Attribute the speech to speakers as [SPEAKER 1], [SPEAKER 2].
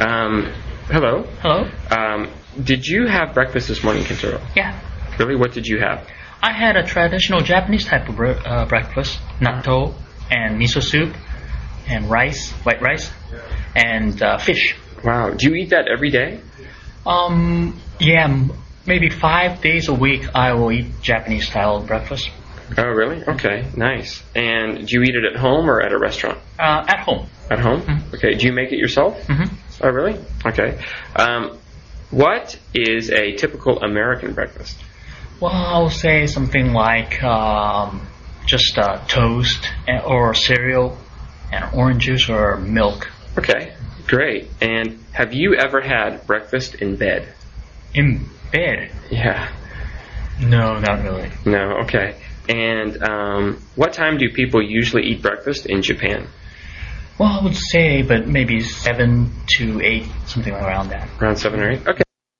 [SPEAKER 1] Um, hello.
[SPEAKER 2] Hello?
[SPEAKER 1] Um, did you have breakfast this morning, Kintaro?
[SPEAKER 2] Yeah.
[SPEAKER 1] Really? What did you have?
[SPEAKER 2] I had a traditional Japanese type of bre- uh, breakfast natto and miso soup and rice, white rice, and uh, fish.
[SPEAKER 1] Wow. Do you eat that every day?
[SPEAKER 2] Um, yeah, m- maybe five days a week I will eat Japanese style breakfast
[SPEAKER 1] Oh, really? Okay. Nice. And do you eat it at home or at a restaurant?
[SPEAKER 2] uh, at home.
[SPEAKER 1] At home? Okay. Do you make it yourself?
[SPEAKER 2] Mhm.
[SPEAKER 1] Oh, really? Okay. Um, what is a typical American breakfast?
[SPEAKER 2] Well, I'll say something like um, just uh, toast and, or cereal and orange juice or milk
[SPEAKER 1] Okay. Great. And have you ever had breakfast in bed?
[SPEAKER 2] in bed.
[SPEAKER 1] Yeah.
[SPEAKER 2] No, not really.
[SPEAKER 1] No. Okay. And um, what time do people usually eat breakfast in Japan?
[SPEAKER 2] Well, I would say, but maybe seven to eight, something around that.
[SPEAKER 1] Around seven or eight. Okay.